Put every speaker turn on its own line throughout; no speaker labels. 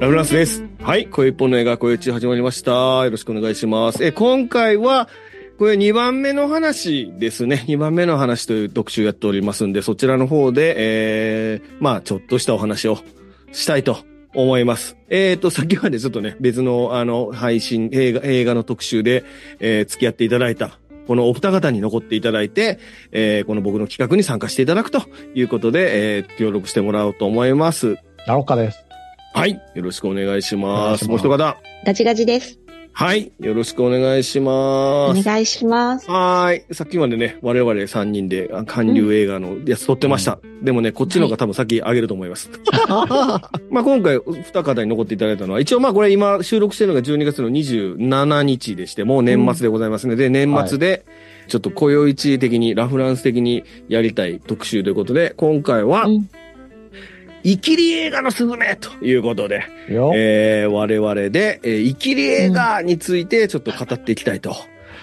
ラブランスです。はい。小一本の映画、小一始まりました。よろしくお願いします。え、今回は、これ2番目の話ですね。2番目 の話という特集やっておりますんで、そちらの方で、えー、まあ、ちょっとしたお話をしたいと思います。えーと、先までちょっとね、別の、あの、配信、映画、映画の特集で、えー付き合っていただいた、このお二方に残っていただいて、えーこの僕の企画に参加していただくということで、えー協力してもらおうと思います。
なおかです。
はい。よろしくお願いします。
お
もう
願いし
一
ます
方。
ガチガチです。
はい。よろしくお願いし
お
ます。
願いします。
はーい。さっきまでね、我々3人で、あ韓流映画のやつ撮ってました。でもね、こっちの方が多分先上げると思います。まあ今回、二方に残っていただいたのは、一応まあこれ今収録してるのが12月の27日でして、もう年末でございますので、年末で、ちょっと雇用一的に、ラフランス的にやりたい特集ということで、今回は
うん、
イキリ映画のすぐめということで、
よ。
えー我々で、えー、イキリ映画についてちょっと語っていきたいと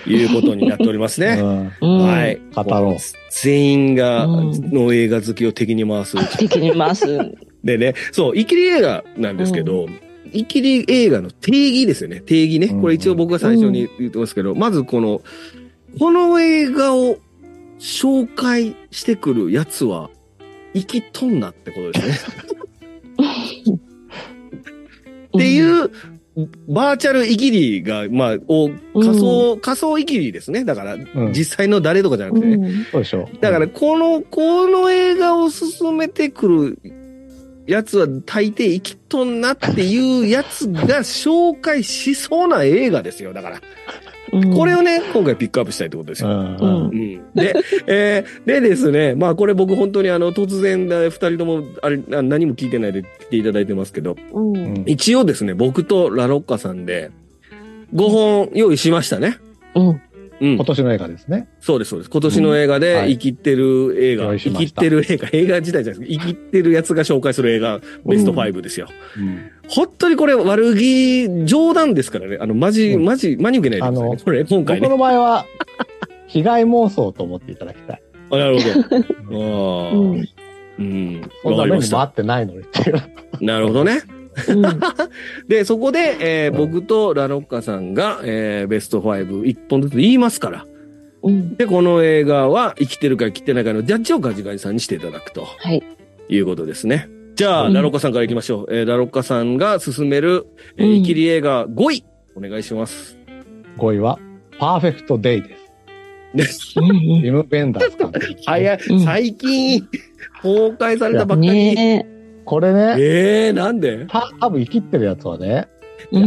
いうことになっておりますね。
うん
うん
はい。。
語ろう。
全員が、
うん
の映画好きを敵に回す。
敵に回 す。う
でね、そう、イキリ映画なんですけど、イキリ映画の定義ですよね。定義ね。
うん
これ一応僕が最初に言ってますけど、まずこの、この映画を紹介してくるやつは、生きとんなってことですね。ってい
ん。
う、バーチャルイギリが、まあ、を仮想、仮想イギリですね。だから、
うん
実際の誰とかじゃなくてね。
うん
そうでしょ。
だから、
うん、
この、この映画を進めてくるやつは大抵生きとんなっていうやつが紹介しそうな映画ですよ。だから、
うん
これをね、今回ピックアップしたいってことですよ。
うん
うん
うんで、えーでですね、まあこれ僕本当にあの突然だ、二人ともあれな何も聞いてないで来ていただいてますけど、
う
う
んうん
ん。
一応ですね、僕とラロッカさんで5本用意しましたね。うん
今。年の映画ですね。
そうです、そうです。今年の映画
うん
で
は
生
い
きてる映画、
用意し
生
ま
き
した
てる映画、映画自体じゃないです生きてるやつが紹介する映画、ベスト5ですよ。
うん。
本当にこれ悪気、冗談ですからね。あの、マジ、
うん
マジ、真に受けないでください
あ
ね。これ、今
僕
回ね。
の場合は、被害妄想と思っていただきたい。
あなる ほど。ああ。
うん
うん。
そん
わ
な
かり
目
ま
に
し
も合
た。
ってないのにっていう。
なるほどね。
うん
で、そこで、えー
うん
僕とラロッカさんが、えーベスト5、一本ずつ言いますから。
うん。
で、この映画は生きてるか生きてないかのジャッジをガジガジさんにしていただくと
はい。
いうことですね。じゃあ、
うん
ラロッカさんから行きましょう。えーラロッカさんが進める、え
うん
ー、イキリ映画5位、お願いします。
5位は、パーフェクトデイです。
うん
リム・ベンダース監督。
早い、
うん
最近、崩壊されたば
う
っ
ん
かり。
ね
これね、
ええー、なんで
た多分生きってるやつはね、
え。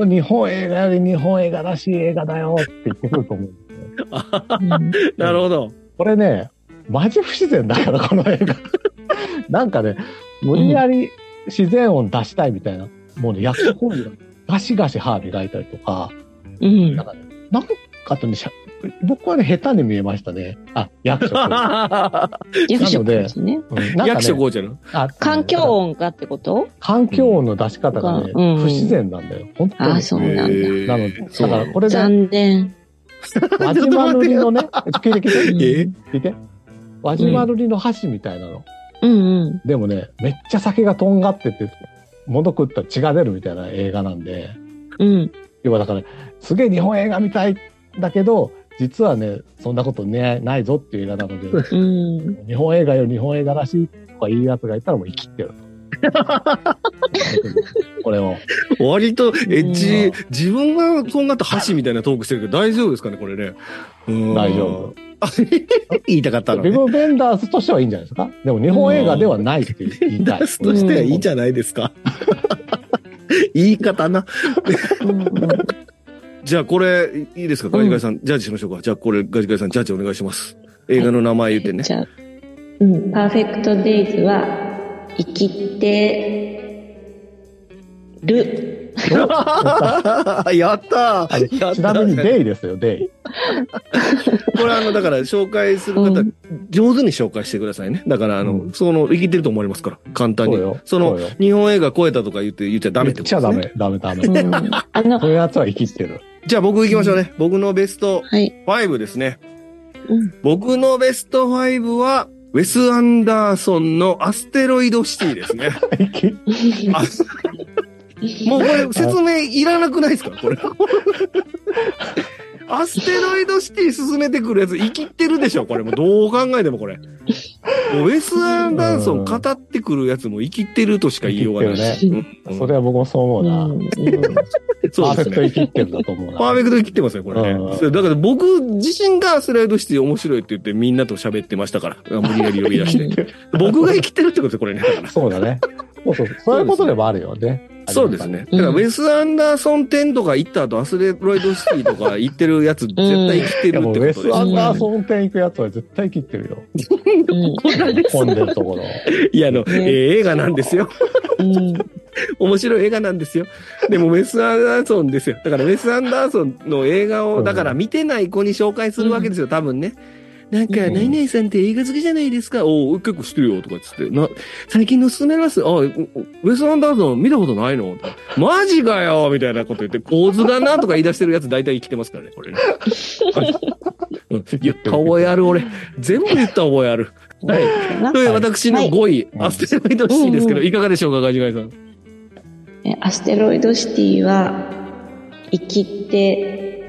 うん。
日本映画より日本映画らしい映画だよって言ってくると思うんですよ。
うん
なるほど。
これね、マジ不自然だから、この映画。 なんかね、無理やり自然音出したいみたいな、もうね、役本人がガシガシ歯磨いたりとか、
うん
なんかね、なんかとね、しゃ僕はね、下手に見えましたね。あ、役所広
役所ですね。
司。うんなんかね
役所こうちゃん。
あ
環境音がってこと
環境音の出し方がね、
うん
不自然なんだよ。本当
あ
に。
そうなんだ
なので、だからこれね、
残念。
輪島塗りのね、聞いて聞いて、
え
聞いて。輪島塗りの箸みたいなの。
うんうん。
でもね、めっちゃ酒がとんがってて、物食ったら血が出るみたいな映画なんで、
うん。
要はだから、すげえ日本映画みたいだけど、実はね、そんなことねないぞっていう映画なので、
うん。
日本映画よ、日本映画らしいとかいうやつがいたらもう生き てる。これを。
割と、え、
うん
じ、自分がとんがった箸みたいなトークしてるけど、大丈夫ですかね、これね。うん
大丈夫。
あ 言いたかったの
ビ
ね。
ブ・ベンダースとしてはいいんじゃないですかでも日本映画ではないって言いたい。
出すとしてはいいじゃないですか。言い方な。
うんうん
じゃあこれ、いいですかガジガジさん、ジャッジしましょうか。じゃあこれ、ガジガジさん、ジャッジお願いします。映画の名前言ってね。
じゃあうん。パーフェクトデイズは、生きてる。
やった
あ
ー
れちなみに、デイですよ、デイ。
これあの、だから紹介する方、
うん
上手に紹介してくださいね。だからあの、
うん
その、生きてると思われますから、簡単に。
そうよ
その
そうよ
日本映画超えたとか言って、言っちゃダメって
言
こと
っちゃ
です、
ダ
ね。
メ、ダメ、ダメ。
うんあの
こ、ういうやつは生き てる。
じゃあ僕行きましょうね。僕のベスト
はい。
5ですね。
うん
僕のベスト5は、ウェス・アンダーソンのアステロイドシティですね。
いき
あもうこれ説明いらなくないですかこれ。アステロイドシティ進めてくるやつ生きてるでしょこれもうどう考えてもこれ。もうウェス・アンダーソン語ってくるやつも生きてるとしか言いようがない。
生
きてる
うんうん
それは僕もそう思うな。
そう
パ
です
ーフェクト
ね。
生きってるんだと思うな。
パーフェクト生きてますよ、これ
う
ね。
ん
それだから僕自身がアステロイドシティ面白いって言ってみんなと喋ってましたから。無理やり呼び出 して。僕が生きてるってことですよ、これね。だから
そうだね。そうそう。そういうことでもあるよね。
そうですね。
う
だ
ん
から、ウェス・アンダーソン店とか行った後、アスレロイドシティとか行ってるやつ、絶対生きてるっ
いや
て
も
こ
う
と
ウェ
です
ス・
よ
ア
う
ン
ん
ダーソン店行くやつは絶対切ってるよ。混んでるところ。
いや、あの、えー映画なんですよ。
うん
面白い映画なんですよ。でも、ウェス・アンダーソンですよ。だから、ウェス・アンダーソンの映画
う
を、
ん
だから見てない子に紹介するわけですよ、多分ね。なんか、
うん
何々さんって映画好きじゃないですかおう結構知ってるよ、とかっつって。な、最近の勧めますあ、ウェス・アンダーソン見たことないのマジかよみたいなこと言って、構図だなとか言い出してるやつ大体生きてますからね、これね。うん言った覚えある、俺。全部言った覚えある。はい。という私の5位、
はい
アステロイドシティですけど、
うんう
いかがでしょうか、ガジガイさん。
えアステロイドシティは、生きて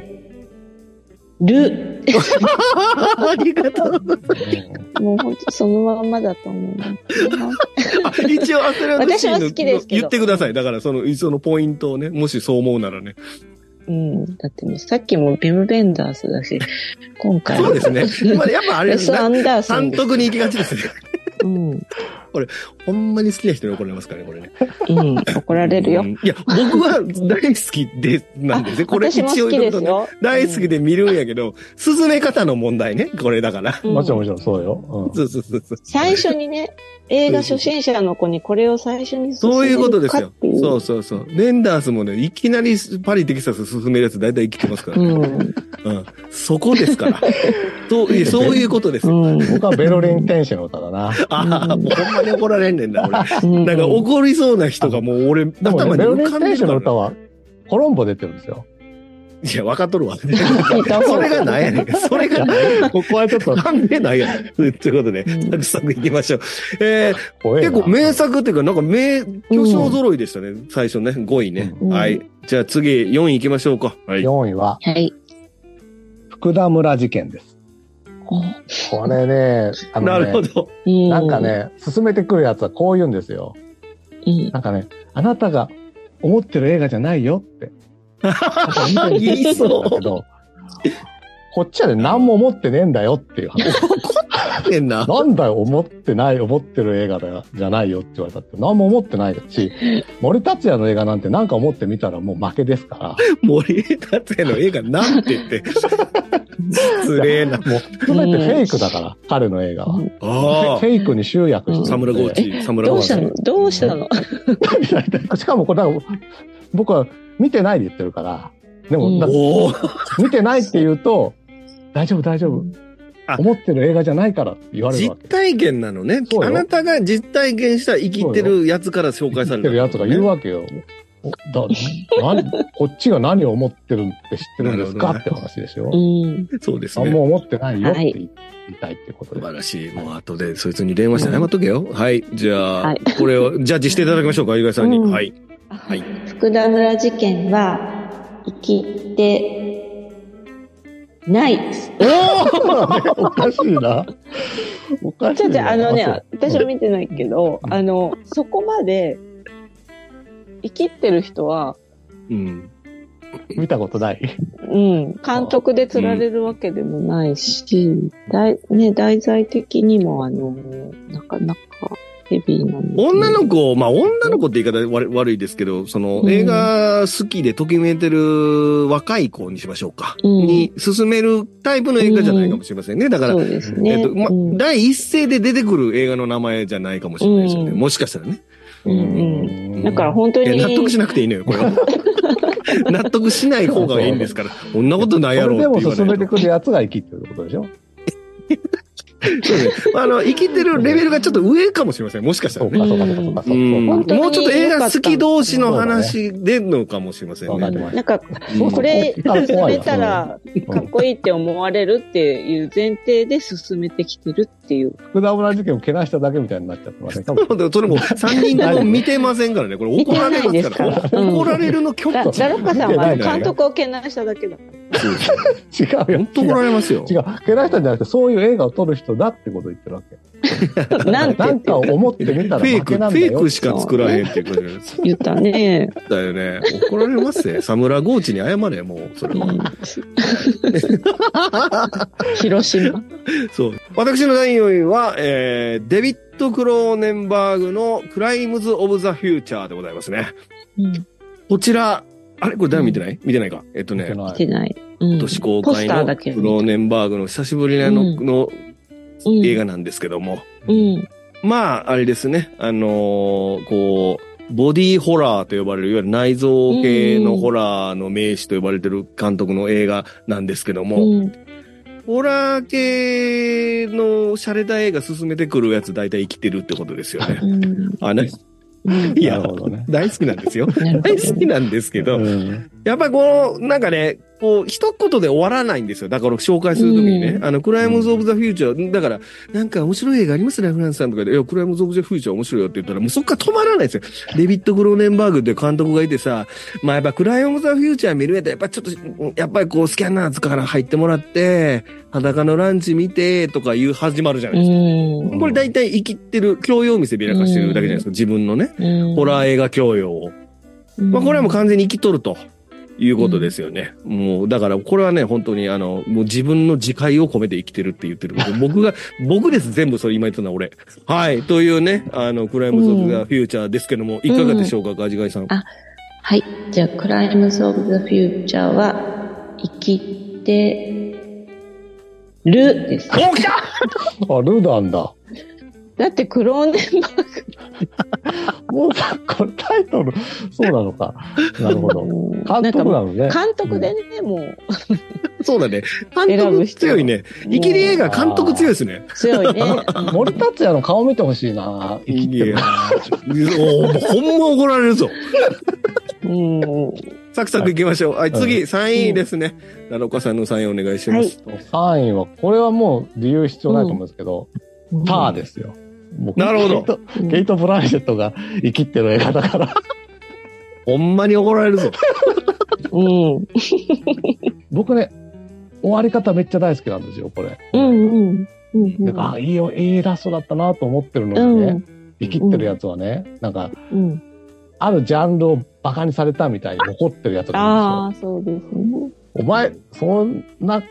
る。
ありがとう。
もう本当そのまんまだと思うな。
一応、アステロイドシティの
私は好きですけど
言ってください。だから、その、そのポイントをね、もしそう思うならね。
うん。だってもうさっきもビム・ベンダースだし、今回。
そうですね。まあやっぱあ
ウ
れ
ェ
で
ス・
す
ア
ね。
ンダーソン
監
です。
督に行きがちですね。
うん。
ほんまに好きな人に怒られますからね、これね。
うん。怒られる
う
よ。
んいや、僕は大好きで、なんですね。これ
私
一
も好
応
き
言
で
うと
す
ね。
よ。
大好きで見るんやけど、進め方の問題ね。これだから。
うん。
もちろんもちろんそうよ。
そうそうそうそう。
最初にね、映画初心者の子にこれを最初に。
そういうことですよ。そううそうそう。レンダースもね、いきなりパリ、テキサス進めるやつ大体生きてますから
う
ね。
ん。
うん。そこです から。そう、いやそういうことです
う
よ。
ん。
うん。僕はベロリン天使の歌だな。
ああ、もうほんまに怒られんねんな、俺。
うん
なんか怒りそうな人がもう俺、
でもね、
頭に
ベロリ
浮か
ン
んで
天
る
使
か
の
ら
歌。はコロンボ出てるんですよ。
いや、分かっとるわ。
いと思う
それがないやねん。それがないやねん。
ここはちょっと
関係ないやねん。ということで、
うん
サクサク行きましょう。えー、
怖えな
結構名作っていうか、なんか名、巨匠揃いでしたね。最初ね、5位ね。
うん
はい。じゃあ次、4位行きましょうか。はい。
4位は
はい。
福田村事件です。これね、あ
なる
の
ほ
ね、
ど。
うん
なんか。ね、進めてくるやつはこう言うんですよ。
うん。
なんかね、あなたが思ってる映画じゃないよって。なんか見てる
言い そう
だけどこっちはね、何も思ってねえんだよってい う話。
変な。
なんだよ、思ってない、思ってる映画だよじゃないよって言われたって。何も思ってないし、森達也の映画なんてなんか思ってみたらもう負けですから。
森江達也の映画なんて言 って。失礼な。
もう含めてフェイクだから、彼の映画は。フ
あ
ェイクに集約して
あ。
て
サムラゴーチ、サムラ
ど
ゴ
う
ー
した
チ。
のどうしたの
しかもこれだから僕は見てないで言ってるから、で
う
も、
ん
だ
おおー
見てないって言うと、大丈夫大丈夫
あ。
思ってる映画じゃないからって言われる
実
わけ。
体験なのね。
そうよ
あなたが実体験した生きてるやつから紹介され
言って
た
るやつが言うわけよ。おだ何こっちが何を思ってるって知ってるんですか、
なる
って話でしょ
う。ん。
そうです
何
ね。
も思ってないよって
はい
言いたいってこと
素
で。
晴らしい。もう後で、そいつに電話して謝っとけよ。はい。じゃ
は
あ
い、
これを、ジャッジしていただきましょうか、ゆがいさんに。
うん
はい。はい。
福田村事件は、生きて、ない。
おかしいな。おかし
ち
い
ょ、
な。
ちょ、あのね、
そう
私は見てないけど、あの、そこまで、生きってる人は、
うん。
見たことない。
うん、監督で釣られるわけでもないし、題ね、題材的にも、あの、なかなかヘビーなので
女の子、まあ女の子って言い方悪悪いですけど、その
うん
映画好きでときめいてる若い子にしましょうか。
うん
に進めるタイプの映画じゃないかもしれませんね。だから、
そうです
え
ね。
っと、ま
うん、
第一声で出てくる映画の名前じゃないかもしれないですよね。
うん
もしかしたらね。
うんうんん。だから本当
いや
に、
納得しなくていいのよ、これ は。納得しない方がいいんですから。こんなことないや
そ
ろ
れ
うって
でも
言わ
進
な
め
い
て
と
くるやつが生きってることでしょ
そうですね。あの、生きてるレベルがちょっと上かもしれません。もしかしたら
そう
ね。
か、そうか、そうか、そうか、そうか。
うんも
本
う
当に
ちょっと映画好き同士の話でのかもしれません
わか
ね
り。ました
なんか、
うん
これ
そう
進
怖い
め
わ
たらかっこいいって思われるっていう前提で進めてきてるっていう。
福田村事件をけなしただけみたいになっちゃってませんか
そうだそれも3人とも見てませんから ね。これ怒られますから。
見てないですからうん
怒られるの極
だ、
致。
ダロッカさん
見てな
はい
から
監督をけなしただけだ。
そうです
違うよ
本。当怒られますよ
違。う。けなしたんじゃなくて、そういう映画を撮る人だってことを言ってるわけ。
なんて
なんかを思ってみ
フ
たら
ェイ
負
ク、
け
フ
なんだ
ェイ
よ
ク。しか作らへんっていうことです
言ったね。
だよね。怒られます ね。サムラゴーチに謝れ、もう。それ
う
は。
ん広島。
そう。私の第4位は、えー、デビッド・クローネンバーグのクライムズ・オブ・ザ・フューチャーでございますね。
うん
こちら、あれこれ誰も見てない、見てないか。えっとね、
は
見て
い
ない。うん
今年公
ポ
開
スター
の
だけ
ク
見た。
ローネンバーグの久しぶりの,、
うん
の
うん
映画なんですけども。
うん。
まあ、あれですね。あのーこう、ボディホラーと呼ばれる、いわゆる内臓系のホラーの名手と呼ばれてる監督の映画なんですけども、
うん。
ホラー系の洒落た映画進めてくるやつ大体生きてるってことですよ ね
う。ん。
あの、
うん
いや
なるほどね、
大好きなんですよ。
なるほ
大
ど
好きなんですけど、
うん
やっぱりこの、なんかね、こう、一言で終わらないんですよ。だから紹介するときにね
う、ん
あの、クライムズ・オブ・ザ・フューチャー、だから、なんか面白い映画ありますね、フランスさんとかで、いや、クライムズ・オブ・ザ・フューチャー面白いよって言ったら、もうそっから止まらないですよ。デビッド・グローネンバーグって監督がいてさ、まあやっぱクライム・オブ・ザ・フューチャー見るやったら、やっぱちょっと、やっぱりこう、スキャナーズから入ってもらって、裸のランチ見て、とかいう始まるじゃな
う
いですか。
ん。
これ大体生きてる、教養を見せびらかしてるだけじゃないですか、自分のね。
うん
ホラー映画教養を。まあ、これはもう完全に生きとるということですよね。もう、だから、これはね、本当に、あの、もう自分の自戒を込めて生きてるって言ってる。僕が、 僕です、全部それ今言ったのは俺。はい、というね、あの、クライムズ・オブ・ザ・フューチャーですけども、いかがでしょうか、ガジガイさん。
あはい。じゃあ、クライムズ・オブ・ザ・フューチャーは、生きてるです。
お来た
あ、ルダンだ。
だって、クローネンバー
もうさ、これタイトル、そうなのか。なるほど。
グ
監督なのね。
監督でね、もう、
そうだね。監
選ぶ
督
必要
強いね。イキリ映画監督強いですね。
強いね。
森達也の顔見てほしいな。生きて
い
る
や。おーほんま怒られるぞ。
うん。
サクサクいきましょう。はい、次、3位ですね。奈良岡さんの3位お願いします。
3位は、これはもう理由必要ないと思うんですけど、ターですよ。もう
なるほど
ゲートゲート・ブランシェットが生きてる映画だ から。
ほんまに怒られるぞ。
うん。
僕ね、終わり方めっちゃ大好きなんですよ、これ。
うんうん。うんうん。
なんか、あ、いいよ、いいラストだったなと思ってるのにね、生きてるやつはね、なんか、
うん。
あるジャンルをバカにされたみたいに怒ってるやつがいるん
ああ、そうですね。
ですよ。お前、そんな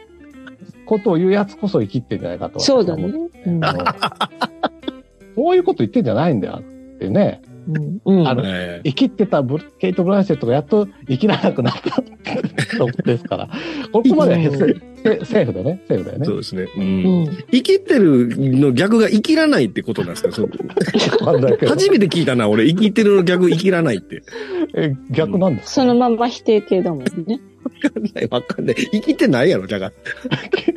ことを言うやつこそ生きてんじゃないかと。
そうだね。うん
あの。そういうこと言ってんじゃないんだよってね。
うんうん。
あの
え
生きてたブルケイト・ブランシェットがやっと生きらなくなったとこですから。 ここまではへ
うん
セセーフだね。セーフだよ
えそう
ね。
ですね。
うん。
生きてるの逆が生きらないってことなんですかそう
わかんないけど
初めて聞いたな、俺。生きてるの逆生きらないって。
え逆なんですか
そのまんま否定形だもん ね。
わかんない、わかんない。生きてないやろ、だから。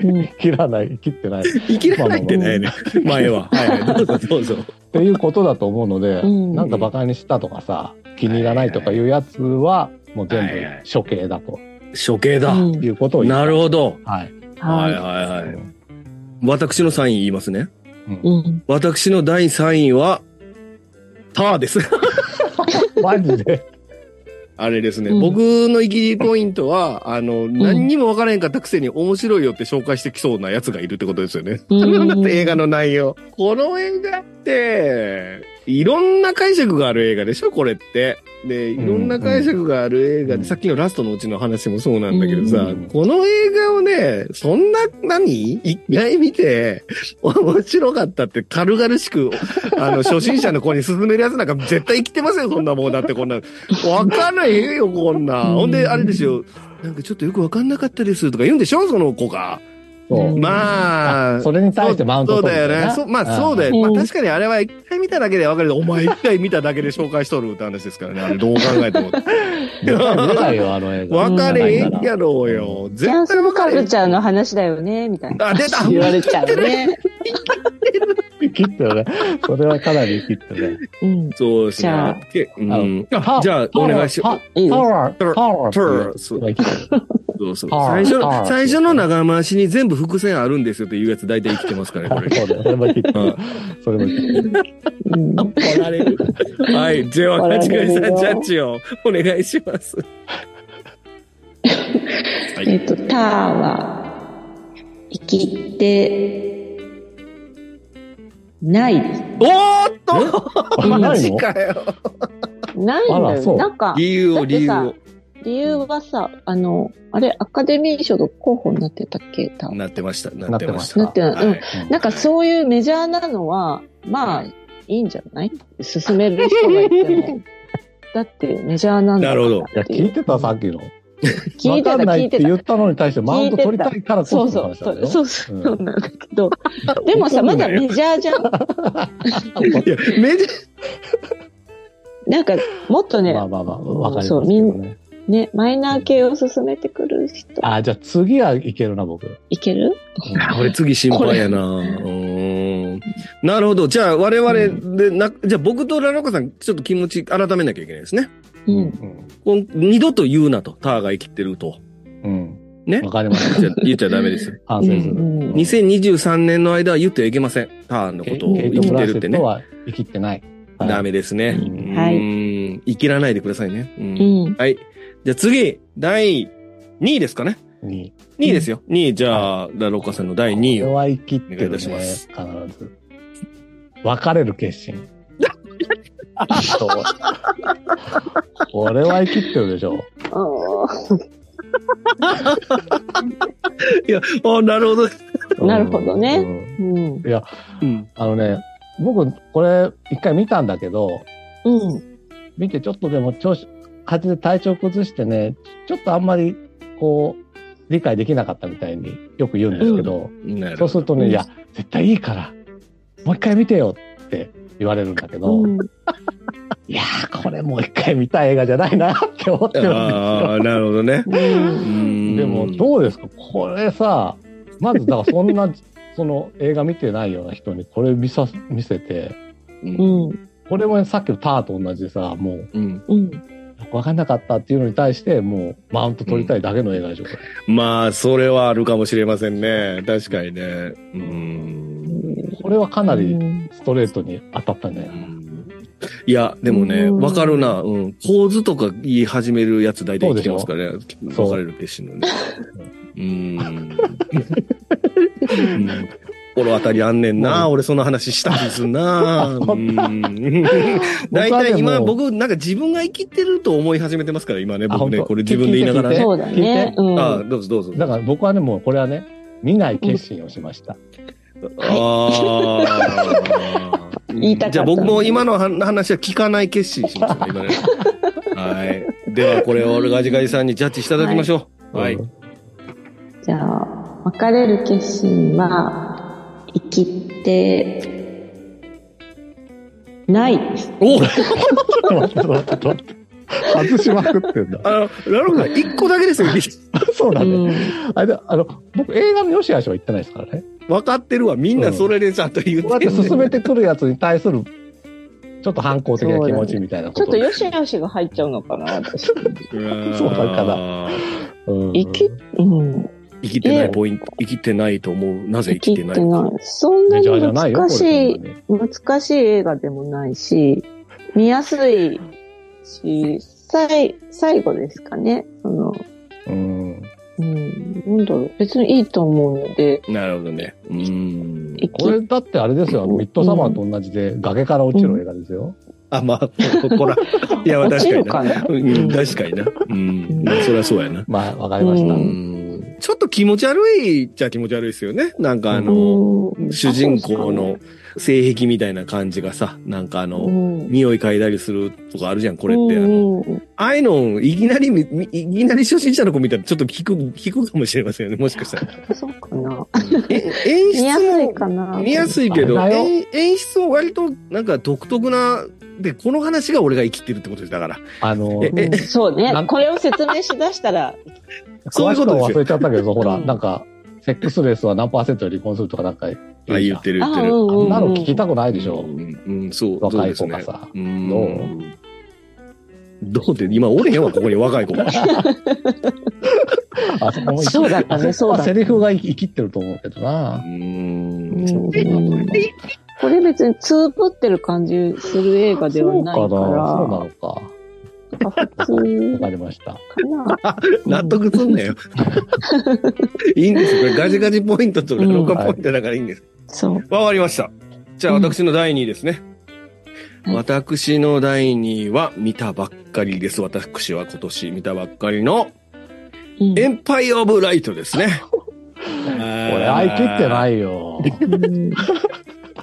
うん
生きらない、生きてない。っ
生きらないってないね。前は。はいはい。どうぞ、どうぞ。
ていうことだと思うので、
うん
なんか馬鹿にしたとかさ、気に入らないとかいうやつは、もう全
はいはい
部処刑だと
処刑だ。
うん
いうことを言う。
なるほど。
はい。
はい
は
はいはい。私の3位言いますね。
い。うん。
私の第3位は、ターです。
マジで。
あれですね。
うん
僕のイキりポイントは、あの、何にも分からへんかったくせに面白いよって紹介してきそうなやつがいるってことですよね。
うん
だって 映画の内容。この映画って、いろんな解釈がある映画でしょこれって。で、いろんな解釈がある映画で、
うん
さっきのラストのうちの話もそうなんだけどさ、
うん
この映画をね、そんな、何一回見て、 面白かったって軽々しく、 あの、初心者の子に勧めるやつなんか絶対生きてますよ、そんなもん。だってこんな、わかんないよ、こんな。
うん
ほんで、あれですよ、なんかちょっとよくわかんなかったですとか言うんでしょその子が。
そう。
まあ、
それに対してマウント
そう
取る
だ
ん
よね。そうまあそうだよ。まあ確かにあれは一回見ただけでわかるけど。お前一回見ただけで紹介しとるって話ですからね。あれどう考えても。
出ないよ、あの映画。
わかれへんやろうよ。
キャ
絶
ンス
対
ル
わか
カ
れへん
ル。チャーの話だよね、みたいな。
あ、出た
言われちゃうね。
生
ピキッとね。それはかなりピキッとね。
うん。
そうです
じゃあ
ね。けう
あ
ん、
パ
あじゃあ、お願いし
パ
ま
ワ
す。
いい
パ
の
ワー、
ト
パ
ラ
ワー、パワー。
トラそうそうそう
パワ
最
ー
初
パワ
の、
ー
最初の長回しに全部伏線あるんですよっていうやつ大体生きてますからね、これ。
そうだよ。それも切って
うん
それも切って
うん
怒られ る。はい。では、
怒ら
八
れ
階
るよ
さん、ジャッジをお願いします。は
え
い。
っと、ターは、生きて、ないです。
おーっとマ
ない
ジ
の
かよ
ないんだ
あ
よ
ら
ね。
そう
なんか、
理由を、理由
だっ
を
て。理由はさ、あの、あれ、アカデミー賞の候補になってたっけ、ター
なってました。なってました。
なってない。うん。
うん
なんかそういうメジャーなのは、まあ、いいんじゃない進める人がいて も。だってメジャーなんだ
なるほど
いや、聞いてた、さっきの。
聞いてた、
わかんな
聞
いっ
いて
て
た
言。ったのに対してマウント取りたいから
そ
こ
う
そ
そ
の話
う、
な
そ
んだよ
う、そうそう
うん
なんだけど。でもさ、
怒
ま
んな
だ
よ
メジャーじゃん。
いや、めで、
なんか、もっとね
ま、あまあまあ、わかりますけどね。
ね、マイナー系を進めてくる人、
あ、じゃあ次はいけるな、僕。
いける
これ次心配やなうーん。なるほど。じゃあ、我々で、な、じゃあ僕とラロカさん、ちょっと気持ち改めなきゃいけないですね。
うん。
うん。
こん二度と言うなと、ターが生きてると。
うん。
ね
わかりました。
じゃあ言っちゃダメです よ。
反省す
う
る。
んうん
2023年の間は言ってはいけません。ターの
ケ
こ
イ
とを
ケイ
生き
ト・ブ
て
ラン
る
セ
って
ッ
ね
ト。は生きてない。はい
ダ。メですね。
はい
い。生きらないでくださいね。うん
うん。
はい。じゃあ次、第2位ですかね。
に。
2位ですよ。2位、じゃあ、ラロッカさんの第2位
これ
を。
は生きて
お願いい
る
た
ね。
し
必
ます
ず。別れる決心。そうこれは生きてるでしょ。
あ
あ、なるほど。
うん
なるほどね。ーうん。
うんいや、
うん。
あのね、僕、これ、一回見たんだけど、
うん。
見てちょっとでも調子、風邪で体調崩してね、ちょっとあんまり、こう、理解できなかったみたいによく言うんですけど、
なる
そ
ほ
うする
ど。
と
う
ね、
ん
いや、絶対いいから、もう一回見てよって言われるんだけど、
うん。
いやー、これもう一回見たい映画じゃないなって思ってるんです
ああ、なるほどね。
うん
うん
でも、どうですかこれさ、まず、だからそんな、 その映画見てないような人にこれ見さ、見せて、
うん
うん。
これもねさっきのターと同じでさ、もう、
うん
うん。
わかんなかったっていうのに対して、もう、マウント取りたいだけの映画でしょ、これ。
まあ、それはあるかもしれませんね。確かにね。うん。
これはかな
う
り
ん
ストレートに当たったね。
いや、でもね、
うん
わかるな。うん。構図とか言い始めるやつ大体来てますからね。
そう
別れる決心のね。うん。うん心当たりあんねんな。俺その話したりすん な。うん。大体今、
僕はでも
僕、なんか自分が生きてると思い始めてますから、今ね。
あ
僕ね、
本当
これ自分で言いながらね
聞いて聞いて。
そうだね。うん。
あ、どうぞどうぞ。
だから僕はね、もうこれはね、見ない決心をしました。
ああ。
言いたかった
じゃあ僕も今の話は聞かない決心しましたね、今ね。 はい。ではこれを俺がジガジさんにジャッジしていただきましょう。はい。
うん
じゃあ、別れる決心は、生きて、ない。
お
ちょっと待って、待って、待って。外しまくって んだ。
あの、ラロさん、一個だけですよ。
そうだ
う
ね。
ん。
あれで、あの、僕映画の良し悪しは言ってないですからね。
分かってるわ。みんなそれでちゃんと言う
こうやって 進めてくるやつに対する、ちょっと反抗的な気持ちみたいな
ち
こ
ょっ
と。
とよしよしが入っちゃうのかな、私。
そうだかうん
生き、うん。
生きてないポイント、生きてないと思う。なぜ生き
生
て
きて
な
ないい。そんな
メ
に
ジャーじゃないよ、これ。
難し
そ
い
んなに
難しい映画でもないし、見やすいし、最、最後ですかね。その、
うん。
うん、なんだろう、別にいいと思うので、
なるほどね。うん。
生き
これだってあれですよ、あのミッドサマーと同じで崖から落ちる映画ですよ。
あ、まあ、ほら。いや、
落
確
ち
か
る
にな。
かな。
うん、確かにな。うん。まあそりゃそうやな。
まあ、わかりました。
う
うんちょっと気持ち悪いっちゃ気持ち悪いですよね。なんかあの、
うん
主人公の、性癖みたいな感じがさ、なんかあ
う
の、
ん、
匂い嗅いだりするとかあるじゃん、これって。あ
う
の、
んうん
ああいうの、いきなりみ、みいきなり初心者の子見たらちょっと聞く、聞くかもしれませんよね、もしかしたら。
そうかな。
え演
見やすい
出
かな。
も、見やすいけど、
あれだよ
演演出も割となんか独特な、で、この話が俺が生きてるってことです、だから。
あの、
え
うんそうね
なん。
これを説明しだしたら、
そうい
詳
う
し
こ
く
とで
は
すよ
忘れちゃったけど、ほら、
うん
なんか、セックスレスは何パーセントで離婚するとかなんか言
あ、
うじ
言
ゃん
ってる言ってる。
あうんうん
あんなの聞きたくないでし
う。
ょ
ん、うん、そう、
若い
そ
子
うですね。
がさ。
うん
どう
どうって、今おれへんわ、ここに若い 子が。
あそこも
そうだったね
あそ
そう
こは
だった
セリフが生きてると思うけどな。
うん。
うんこれ別につぶってる感じする映画ではないから、
そうなそうなの
普
か。わかりました。
通かな。
納得すんなよ。 いいんですよ。これガジガジポイントとか、
うん
ロカポイントだからいいんです。
そう。
わかりました。じゃあ、
うん
私の第2位ですね。
はい
私の第2位は、見たばっかりです。私は今年見たばっかりの、
うん
エンパイオブライトです ね。
俺、愛切って
い。
ない よ。
うん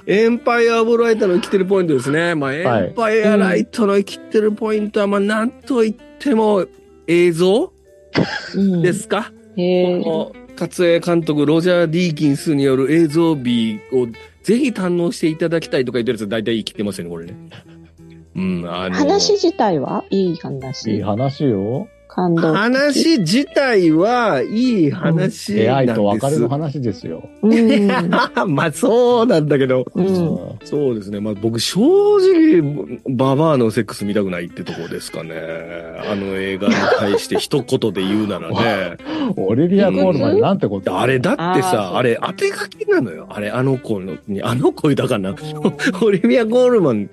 エンパイア・オブ・ライトの生きてるポイントですね。まあ、エ
はい
ンパイア・ライトの生きてるポイントは、まあ、なんと言っても映像
うん
ですか、
へえ。
この、勝江監督、ロジャー・ディーキンスによる映像美をぜひ堪能していただきたいとか言ってるやつ、大体言い切ってますよね、これね。うん、あの、
話自体はいい話。
いい話よ。
感動。
話自体はいい話
出
なん
会い
です。
と別れの話ですよ。
うん。
まあ、そうなんだけど。
うん。
そうですね。まあ僕、正直、ババアのセックス見たくないってとこですかね。あの映画に対して一言で言う ならね。
オリビア・コールマンなんてこと
あれだってさ、
あー
あれ当て書きなのよ。あれ、あの子の、にあの子だからな。 オリビア・ゴールマン、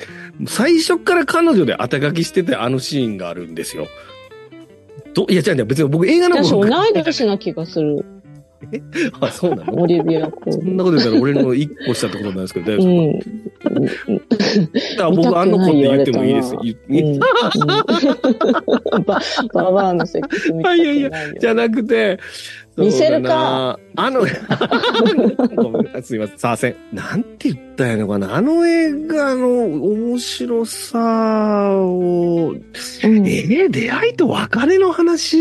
最初から彼女で当て書きしててあのシーンがあるんですよ。どいや、違う違う、別に僕映画の
私
方
同
が
い年な気がする。
あ、そうなの
オリビア・コ
そ
ー
ん
ル。
なこと言ったら俺の一個したってことなんですけど、大
う
丈夫
ん。うん
だから僕あの子って言ってもいいです。言言
うん。バババアのセックス見たくないよ。
じゃなくて、
見せる
か
か。
あの、 ごめんなさいすいません、さあせん。なんて言ったらいいのかな。あの映画の面白さを、
うん
えー、出会いと別れの話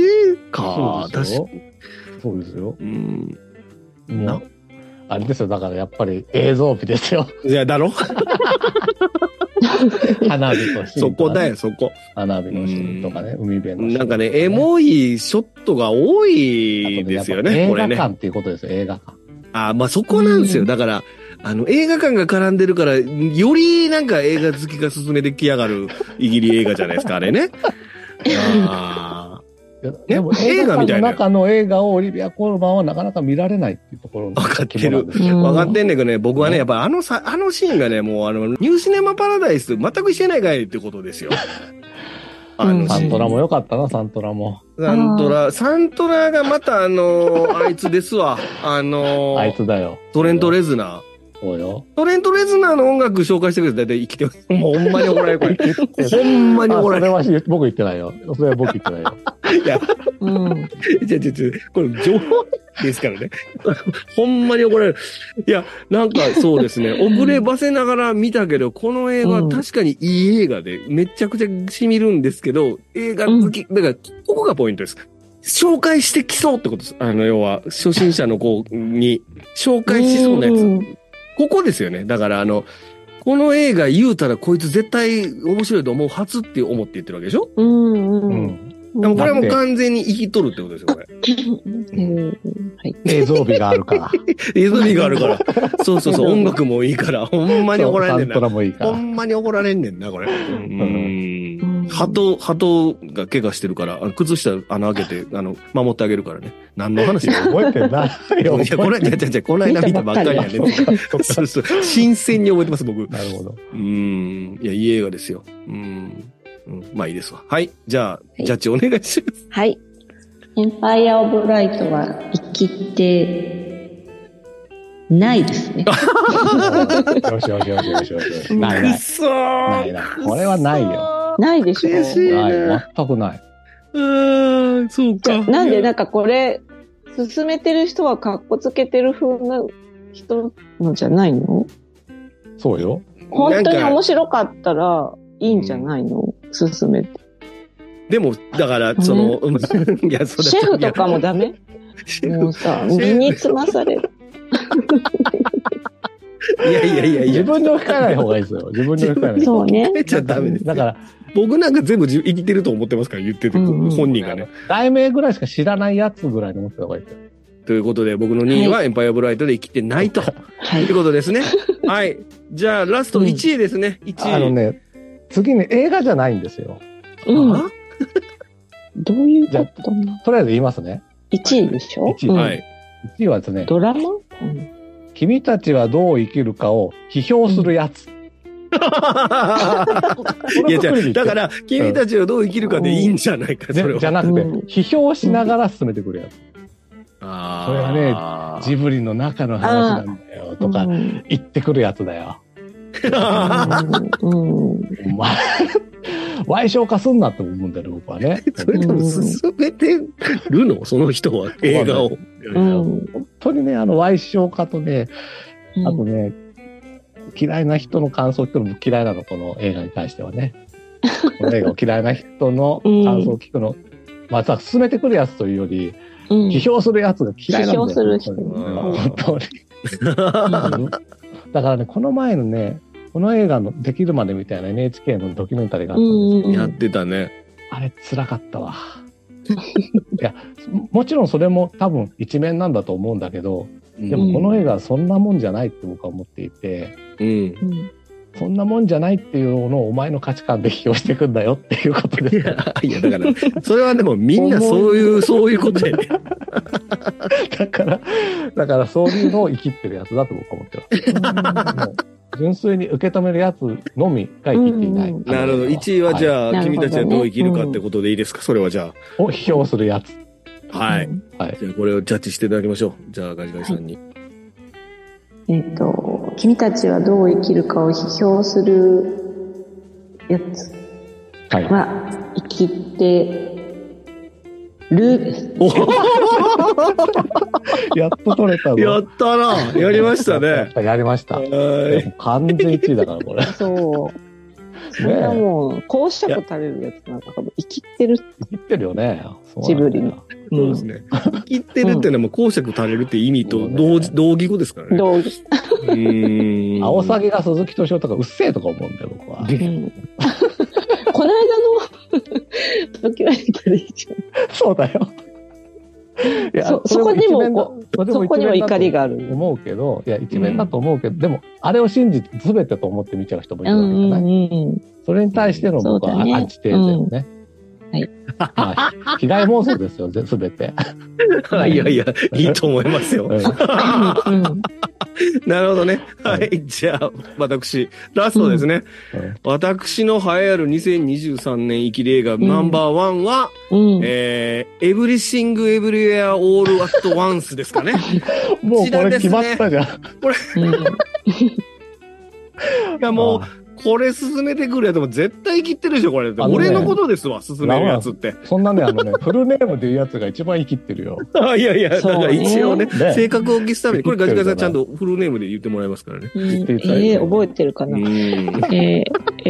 か。
そうで
確
す
か
よ。そうですよ。
うん。
も
な
う、あれですよ。だからやっぱり映像美で すよ。
いや、だろ
花火とシー
そ
ンと
こ
かね
だよ、そこ。
花火のシーンとかね、海辺のシーンと
なんかね、エ
い
モいショットが多いですよね、
映
これ
画
ね。
館っていうことですよ、映画館。
あまあそこなんですよ。
うん
だから、あの、映画館が絡んでるから、よりなんか映画好きが進めてきやがるイギリ映画じゃないですか、あれね。あ
いやでも
映画みたいな
映画館の中の映画をオリビア・コールマンはなかなか見られないっていうところの
わかってる
肝なんですよ
あ。
うん
わかってんねんけどね、僕はね、やっぱあのさ、あのシーンがね、もうあの、ニューシネマパラダイスと全くしてないかいってことですよ。あの
サ
シ
ント
ーン
ラも良かったな、サントラも。
サントラ、サントラがまたあのー、あいつですわ。あのー、
あいつだよ。
トレント・レズナー。
そうよ。
トレント・レズナーの音楽紹介してくれて、だいたい生きて ます。もうほんまに怒られる、これ。ほんまに
あ
怒ら
そ
れる
れは言僕言ってないよ。それは僕言ってな いよ。
うん。
じゃじゃじゃこれ情報ですからね。 ほんまに怒られる。いや、なんかそうです ね。遅ればせながら見たけど、この映画
うん
確かにいい映画で、めちゃくちゃしみるんですけど、映画好き、だから、ここがポイントです。紹介してきそうってことです。あの、要は、初心者の子に、紹介しそうなやつ。
つ。
ここですよね。だから、あの、この映画言うたらこいつ絶対面白いと思うはずって思って言ってるわけでしょ
うんう。
うんん。
でもこれはもう
だって
完全に生きとるってことですよ、これ。
うんはい。
映像美があるから。
リズミがある から。そうそうそう、音楽もいいから、ほんまに怒ら
サ
れん
ン
ね
ト
んな。
ラもいいか
ほ
ら。
んまに怒られんねんな、これ。うん
ん
鳩、鳩が怪我してるから、あの靴下穴開けて、あの、守ってあげるからね。何の話だよ。
覚えてない
い
よ。
や、これ、いや、いやいや、この間見たばっかりやねん。そうそう。新鮮に覚えてます、僕。う
なるほど。
ん。いや、いい映画ですよ。うん。うんまあいいですわ。はい。じゃあ、ジャッジお願いします。
はい。エンパイア・オブ・ライトは生きてないですね。
よしよしよしよしよし。ない
く
な
っ
い。
そー
ないないこれはないよ
くっそー
ないでしょ
悔しい
ない。全くない。
うーん、そうか。
なんで、なんかこれ、進めてる人は格好つけてる風な人のじゃないの
そうよ。
本当に
なんか
面白かったらいいんじゃないの進めて。
でも、だから、その、うん いや、そうだ
シェフとか。
い
もダメ
やシェ
もう
フ
さ、
シェフ
身につまされる。
いやいやいやい
自
や、
分に置き換えない方がいいですよ。自分に置き換えない。
そうね。
めっちゃダメです。
だから、
僕なんか全部自生きてると思ってますから、言ってて、
うんうん
本人がね。
題名ぐらいしか知らないやつぐらいに思ってた方がいいですよ。
ということで、僕の2位はエンパイアブライトで生きてないと、、
はいい。
うことですね。はい。じゃあ、ラスト
うん
1位ですね。1位。
あのね、次に映画じゃないんですよ。
うん。
あ
どういうことな
とりあえず言いますね。
?1 位でしょ
一位
うん
はい。
1位はですね、
ドラマうん
君たちはどう生きるかを批評するやつ。、
いや、じゃあだからら、君たちをどう生きるかでいいんじゃないか、それ
ぜ
は。
じゃなくて、
うん
批評しながら進めてくるやつ。
あ
それはねジブリの中の話なんだよとか
う、ん
言ってくるやつだよ。
うんうん
お前、賠償化すんなって思うんだよね、僕はね。
それ多分進めてるのその人は映画を。
うん
本当にね、あの、賠償化とね、あとね、嫌いな人の感想っていうのも嫌いなの、この映画に対しては ね。この映画を嫌いな人の感想を聞くの。まあ、さ、進めてくるやつというより、
うん
批評するやつが嫌いなんだよ。
批評する人
本当に。
う
だからね、この前のね、この映画のできるまでみたいな NHK のドキュメンタリーがあったんですけど、
うん
やってたね。
あれ、辛かった わ。いや、もちろんそれも多分一面なんだと思うんだけど、でもこの映画はそんなもんじゃないって僕は思っていて、
うん。
うん
そんなもんじゃないっていうのをお前の価値観で批評してくんだよっていうこと
い
で
や、いやだから、それはでもみんなそういう、そういうことやね。
だから、だからそういうのを生きってるやつだと僕は思ってます。もう純粋に受け止めるやつのみが生きていない。
うんうん
なるほど。1位はじ
あ
ゃあ、
はい
君たちはどう生きるかってことでいいですかそれはじゃ
の。を批評するやつ。
あ。はい。。
はい。
じゃあ、これをジャッジしていただきましょう。じゃあ、ガジガジさんに。
えっと、君たちはどう生きるかを批評するやつ
はい。
は、生きてるです。
おー
やっと取れたぞ
やったなやりました
やっ
ね。
ぱやりました。
は
でも完全1位だから、これ。ね
そう。それは
え。
もう、公爵垂れるやつなんかもう生きてる。
言ってるよね。そう
ジブリ
なんだよ
い。そうですね。生きてるっていうのはもう公爵垂れるって意味と
うん
同時同義語ですからね。
どう
うーん
アオサギが鈴木敏夫とかうっせえとか思うんだよ、僕は。
うん この間のドキュメンタリーじ
そうだよ。い
そそこにもこ
そ
ゃんそこにも怒り
が。
がある。
思うけど、いや、一面だと思うけど、でも、あれを信じて全てと思って見ちゃう人もいるわけじゃない。
ん。
それに対しての僕
そう
は
だね
アンチテーゼよね。
うんはい
まあ。被害妄想ですよ、ぜ全て。
いやいや、いいと思いますよ
う。ん
うん
なるほどね。は。
はい
じゃあ、私、ラストですね。私の栄えある2023年生きる映画
ん
ナンバーワンは、
うん。うん
えー、エブリシング・エブリウェア・オール・アット・ワンスですかね。
もうこれ決まったじゃん。
いや、もう、これ進めてくるやつも絶対切ってるでしょ、これ。
あのね
俺のことですわ、進めるやつって。
そんなね、あのね、フルネームで言うやつが一番生きってるよ。
あいやいや、だ
そう
から一応ね、
ね
性格を消すために、これガ
切
ジ
って
ガジ
るじ
さ
ゃ
んち
ない
ゃんとフルネームで言ってもらえますからね。
うん
言ってたよ
ええ覚えてるかな。
うん。
えー、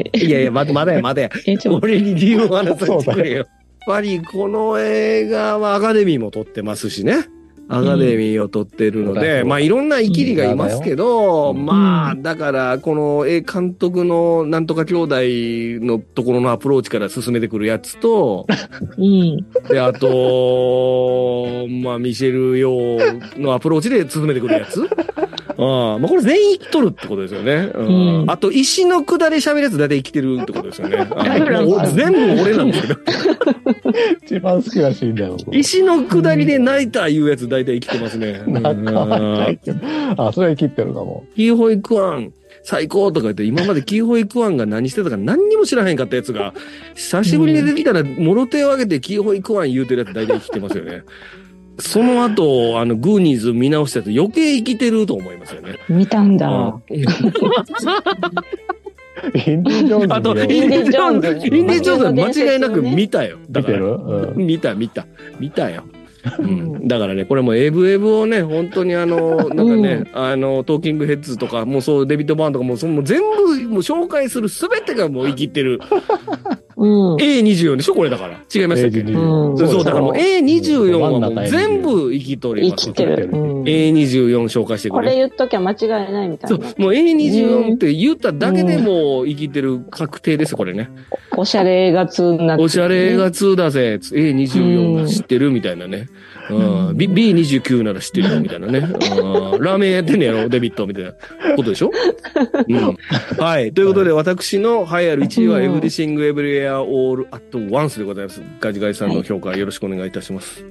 えー、
いやいや、まだまだや、まだや。
えー、ちょっと
俺に理由を話させてくれよ。やっぱりこの映画はアカデミーも撮ってますしね。アカデミーを撮ってるので、
うん
まあいろんなイキリがいますけど、
うん
まあだからこのえ監督のなんとか兄弟のところのアプローチから進めてくるやつと、
うん。
で、あと、まあミシェル・ヨーのアプローチで進めてくるやつ。ああまあこれ全員生きとるってことですよね。うん
うん
あと、石の下り喋るやつ大体生きてるってことですよね。あ
だから
もう俺全部俺なんですけど。
一番好きなシーンだよ、僕
石の下りで泣いたいうやつ大体生きてますね。
なんか
うん
あ、それは生きってるかも。
キーホイクワン、最高とか言って、今までキーホイクワンが何してたか何にも知らへんかったやつが、久しぶりに出てきたら、もろ手を挙げてキーホイクワン言うてるやつ大体生きてますよね。その後、あの、グーニーズ見直したやつ余計生きてると思いますよね。
見たんだ。
インディ・ジョーンズ
あと、
見よう
インディ・ジョーンズ、
インディジョーンズ
インディ・ジョーンズ間違いなく見たよ。だ
見
か
て
ら
る、うん、
見た見た見たよ。うん、だからね、これもエブエブをね、本当にあの、なんかね、あの、トーキングヘッズとか、もうそう、デビッド・バーンとかもう、そのもう全部、もう紹介するすべてがもう生きて る。
うん。
A24 でしょこれだから。違いましたっけ
ページに
うん
そうそう、だからもう A24 はも
真ん中
う
A24
全部生きとり
生
ます。
きてる。う
A24 紹介してく
こ
れ
れ。言っときゃ間違いないみた
そ
いうな。、
もう A24 って言っただけでもう生きてる確定です、これね。
おしゃれ映画通になってるね
おしゃれ映画2だぜ、つ A24 が知ってるみたいなね。うん B- B29 なら知ってるよ、みたいなね。うんラーメンやってんねやろ、デビット、みたいなことでしょ、うん、 はい。ということで、私の栄えある1位は、
うん
エブリシング・エブリエア・オール・アット・ワンスでございます。ガジガジさんの評価よろしくお願いいたします。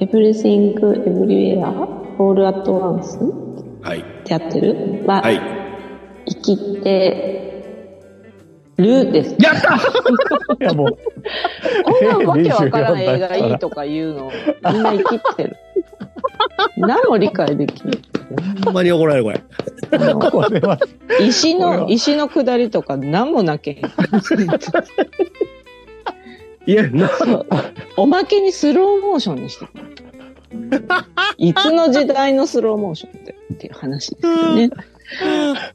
Everything, Everywhere, All at Once っ
はい。
てやってるは、
はい。
生きてるです。
やった
いやもう、
こんなんわけわからない映画いいとか言うの、みんな生きっ てる。何も理解できない。
ほんまに怒られる、これ。
あの
これは、
石
これは
の、石の下りとか何もなけん。
いや、な、
そうおまけにスローモーションにしてくる。いつの時代のスローモーションってっていう話ですよね。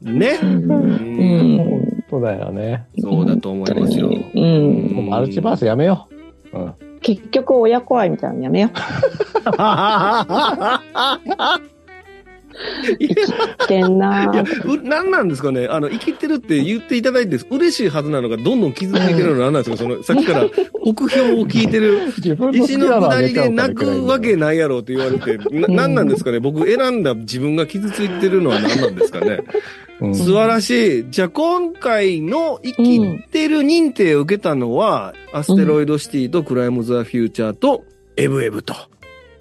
ね。うん
うん。
そうだよね。
そうだと思いますよ。
う。
うん
もうマルチバースやめよう。うん。
結局親子愛みたいなのやめよう。
い
生きてんな
や、
ぁ。
う何なんですかねあの、生きてるって言っていただいてです、嬉しいはずなのが、どんどん傷ついてるのは何なんですかその、さっきから、国評を聞いて る、
自分の好
石
きな
の
の
下
あげ
り
ちゃ
で
うから
泣
いけない
く
んだ
わ
よ
けないやろって言われて、な、
うん
何なんですかね僕選んだ自分が傷ついてるのは何なんですかね
うん
素晴らしい。じゃあ今回の生きてる認定を受けたのは、アステロイドシティとクライムザフューチャーとエブエブと。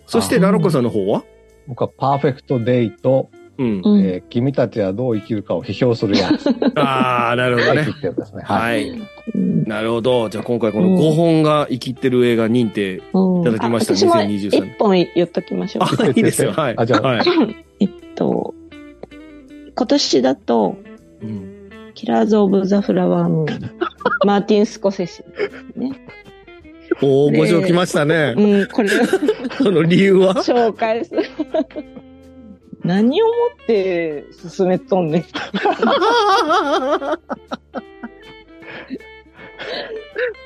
そして
あ
ラロコさんの方は
僕はパーフェクトデイと、
うん。
うん
えー君たちはどう生きるかを批評するやつ。
ああ、なるほど
生
ね。
きてるですね。 はい。
はい。
うん
なるほど。じゃあ今回この5本が生きてる映画認定。
うん
いただきました
あ私も
2023
一本言っときましょう。
あ、いいですよ。はい。
あじゃあ
はい。
えっと、今年だと、
うん
キラーズ・オブ・ザ・フラワームーン。マーティン・スコセッシですね。
おー、ご賞来ましたね。
うん、これを
その理由は
紹介する。 何をもって 進めとんねん。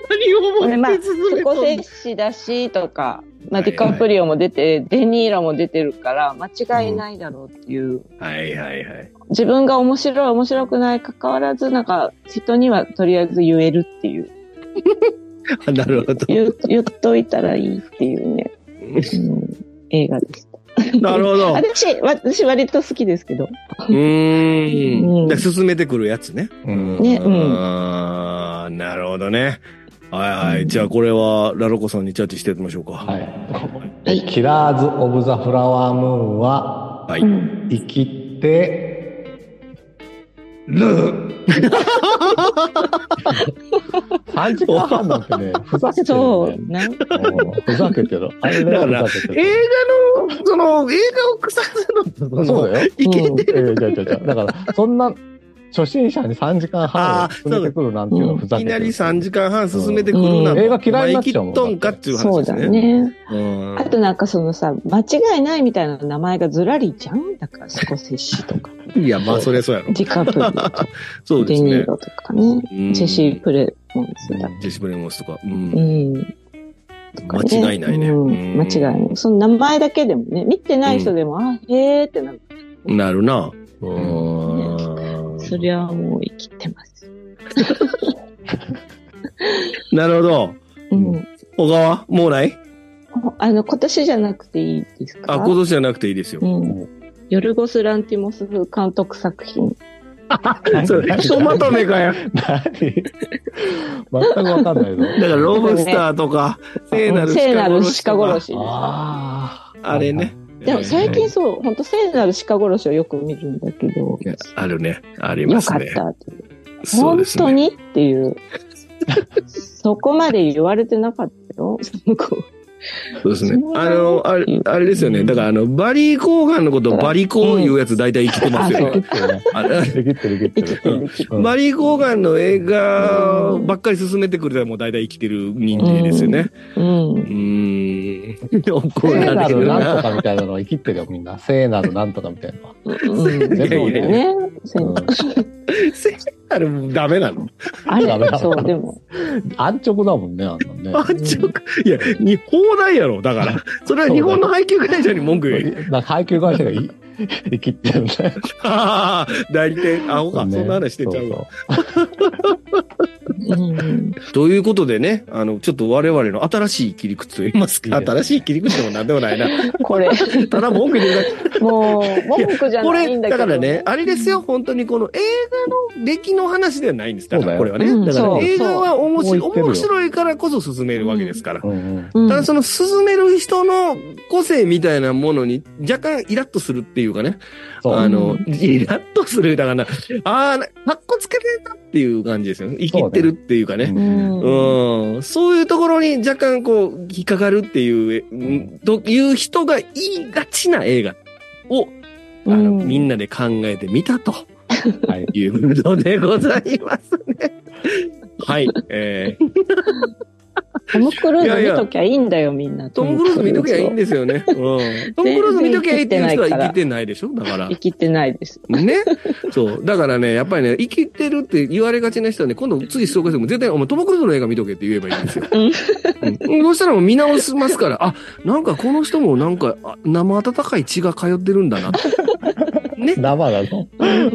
何を
まあ、スコセ
て
ッシだしとか、ま
はいは
あ、
い
ディカプリオも出て、デニーロも出てるから、間違いないだろうっていう。
はいはいはい。
自分が面白い、面白くない、関わらず、なんか、人にはとりあえず言えるっていう。
あなるほど。
言う言っといたらいいっていうね、うん映画でした。
なるほど。
私、私割と好きですけど。
うー。
うんん
で進めてくるやつね。
うん
ねうん
あーなるほどね。はいはい。じゃあこれは、ラロコさんにジャッジしてみましょうか。。
はいい。えキラーズ・オブ・ザ・フラワームーンは、
は
う
い。
ん
生きて、る。3時間半なんてね、ふざけてる
そ
よ
う
ね、。
なん
うんふざけてる。あれ
だから
はふざけて
映
る。
画の、その、映画を腐すの、そ
そ
の、
うだよ。
いけ
うん
て
いやいやいやいやだから、そんな、初心者に3時間半を進めてくるなんていうのはふざ
い
け
き
て
なり
る。
3時間半進めてくるな
うん
映画嫌いになっちゃうもん
お前生きとんかっていう
そ
話
う
です
だ
ね。
ね。
うん
あとなんかそのさ、間違いないみたいな名前がずらりじゃんだから、スコセッシ とか、
いや、まあ、それそうやろ。
ディカプリオとか、
そうで
デ
す
ニ
ね
ー。ロとかね、
うん
ジェシー・プレモンスだ。
ジェシー・ブレモンスとか。う。
うんん。とかね
間違いないね
うん
うん
間違いない。その名前だけでもね、見てない人でも、あ、へーってなる。
なるな。う
そ
ん。
りゃもう生きてます。
なるほど。
うん。
小川もうない
あの、今年じゃなくていいですか
あ、今年じゃなくていいですよ。
うん。ヨルゴス・ランティモス風監督作品。
それ、ひとまとめかよ。
何 全くわかんないぞ。
だから、ロブスターとか、聖なる
聖なる
鹿
鹿
殺
殺
し
し。
あ
と
あ。
か。あれね。。
でも最近そう、本当聖なる鹿殺しをよく見るんだけど、
いやあるね。ありま
よ
す
かっ
ね。
たっていう。
そう
本
ですね
当にっていう。そこまで言われてなかったよ。その子
そうです
そ
ね
ん。な
あの、あれ、あれですよね。だから、あの、バリー・コーガンのことをバリコーいうやつ大体生きてます
うん
よ
あそ。
できてるね。
あれ
できてる、できて
生き
る。
てる生きてる。
うん
バリー・コーガンの映画ばっかり進めてくれたらもう大体生きてる認定ですよね。
うん
う。ーん。怒
聖
ら
な
れ
る
る
なんと
な。
かみたいなのは生きてるよ、みんな。聖なるなんとかみたいなのは。
うん。
全部
いやいや
ね。聖
うん
聖なるダメなの
あれ
ダメだ
そう、でも。
安直だもんね、あんな
安
ね。
直。いや、日本ないやろ。だから。それは日本の配給会社に文句 言う。
なんか配給会社がい生きてるね。
ああ、代理店、アホか。そん
ね
な話してちゃう
そ
わ。
そ
うん。
ということでね、あの、ちょっと我々の新しい切り口と言いますか。
いいですね
新しい切り口でもなんでもないな。
これ、
ただ文句言うだけ
もう、文句じゃ
こ
ない
れ、
んだけ
だ
ど。
からね、あれですよ、本当にこの映画の歴の話ではないんです。だから、こ
そう
れは
だよ
ね。だか
う
ら、
ん
映画は面白い、
そうそう言ってるよ
面白いからこそ進めるわけですから。
うんうん
うん。
ただその進める人の個性みたいなものに若干イラッとするっていうかね。
そう
あの、
うん
イラッとする。だからな、ああ、かっこつけてたっていう感じですよね。生きってるっていうかね。
うん
うん、そういうところに若干こう、引っかかるっていう、うんという人が言いがちな映画を、あの、
うん
みんなで考えてみたと
はい。
いうことでございますね。 はい。えー、
トム・クルー
いやい
ズ
や
見ときゃいいんだよ、みんな。
トム・クルーズ見ときゃいいんですよね。 うん。トム・クルーズ見ときゃいいっていう人は生きてないでしょだから
生。きてな いです。
ね。そう。だからね、やっぱりね、生きてるって言われがちな人はね、今度次紹介しても絶対、お前トム・クルーズの映画見とけって言えばいいんですよ。うん。そうしたらもう見直しますから、あ、なんかこの人もなんか、あ生温かい血が通ってるんだな。ね。
生だぞ。うん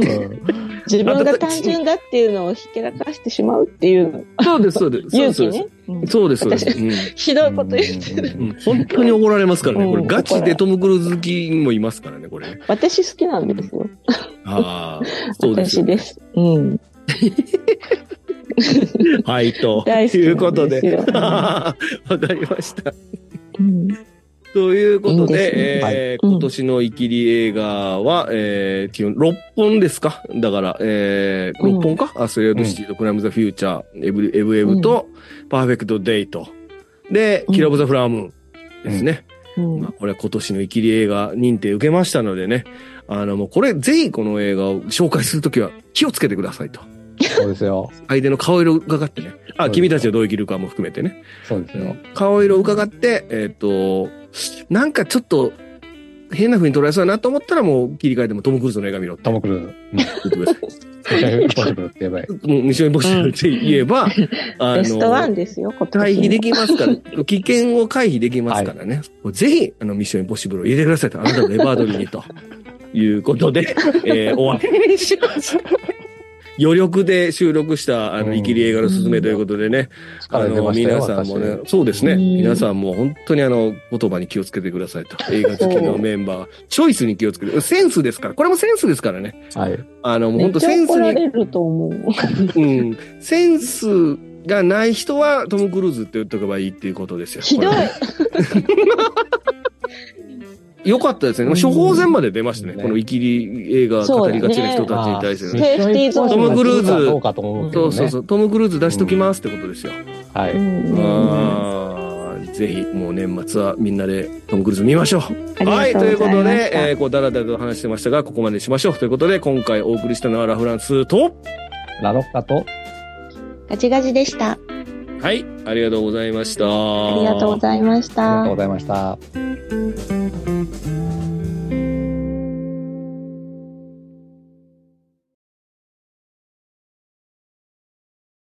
自分が単純だっていうのをひけらかしてしまうっていうの
そうです、そうです。そう
勇
ですそうです
気ね。。うん
そうです、そうです。
ひどいこと言ってる。
うんうん。本当に怒られますからね。これ
うん
ガチでトム・クルーズ好きもいますからね、これね。
私好きなんですよ。
ああ、そうです
私。です。うん。
はい、と。い
大好きなんですよ
うことで。
うん
わかりました。
うん。
ということで、
いいですね
えー
はいうん
今年のイキリ映画は、えー、基本、6本ですかだから、えー、
うん
6本か、アスレードシティとクライムザフューチャー、エブリエブエブと、パーフェクトデイと、で、
うん
キラブザフラームーンですね。
うん
まあ、これは今年のイキリ映画認定受けましたのでね、あの、もうこれ、ぜひこの映画を紹介するときは気をつけてくださいと。
そうですよ。
相手の顔色を伺ってね。
そう
あ、
です
君たちはどう生きるかも含めてね。
そうですよ。
顔色を伺って、えっ、と、なんかちょっと、変な風に捉えそうだなと思ったらもう切り替えてもトム・クルーズの映画見ろって
ト
言
ム・クルーズ。
ってくださ
うんトム・クルーズって言えばいい。
い。もうミッションインポッシブルって言えば、あ
ベストワンですよ、今
回
年の。
避できます から、危険を回避できますからね。ぜひ、あの、ミッションインポッシブルを入れてくださいと。あなたのレバードリーにと。いうことで、えー、終わりにしました。余力で収録した、あ
う
の、
ん
イキリ映画のすすめということでね、あ
疲れて
の、
ましたよ。
皆さんもね
私、
そうですね。
うん
皆さんも本当にあの、言葉に気をつけてくださいと。映画好きのメンバー、チョイスに気をつけて、センスですから、これもセンスですからね。
はい。
あの、もう
め
本
っ
当
ちゃ
センス
怒ら
に、
れると思う。
うん、センスがない人はトム・クルーズって言っとけばいいっていうことですよ。
ひどい
こ。れよかったですね。
うん
処方箋まで出ましたね。
ね
このイキリ映画語りがちな人たちに対してね。
ねセーフティーゾーン
トムクルーズ
どうかと思うけ
そ
ど
うそう
ね
そ。う。トム・クルーズ出しときますってことですよ。
は
う
い。
ん
あーぜひ、もう年末はみんなでトム・クルーズ見ましょう。
あ
は
り
い、
が
と
と
いうう
ご
こと
ざいまし
で、
た
えーこう、だらだらと話してましたが、ここまでにしましょう。ということで、今回お送りしたのはラ・フランスと、
ラロッカと、
ガチガチでした。
はい、ありがとうございました。
ありがとうございまし
ありがと
た
うご。ざいました。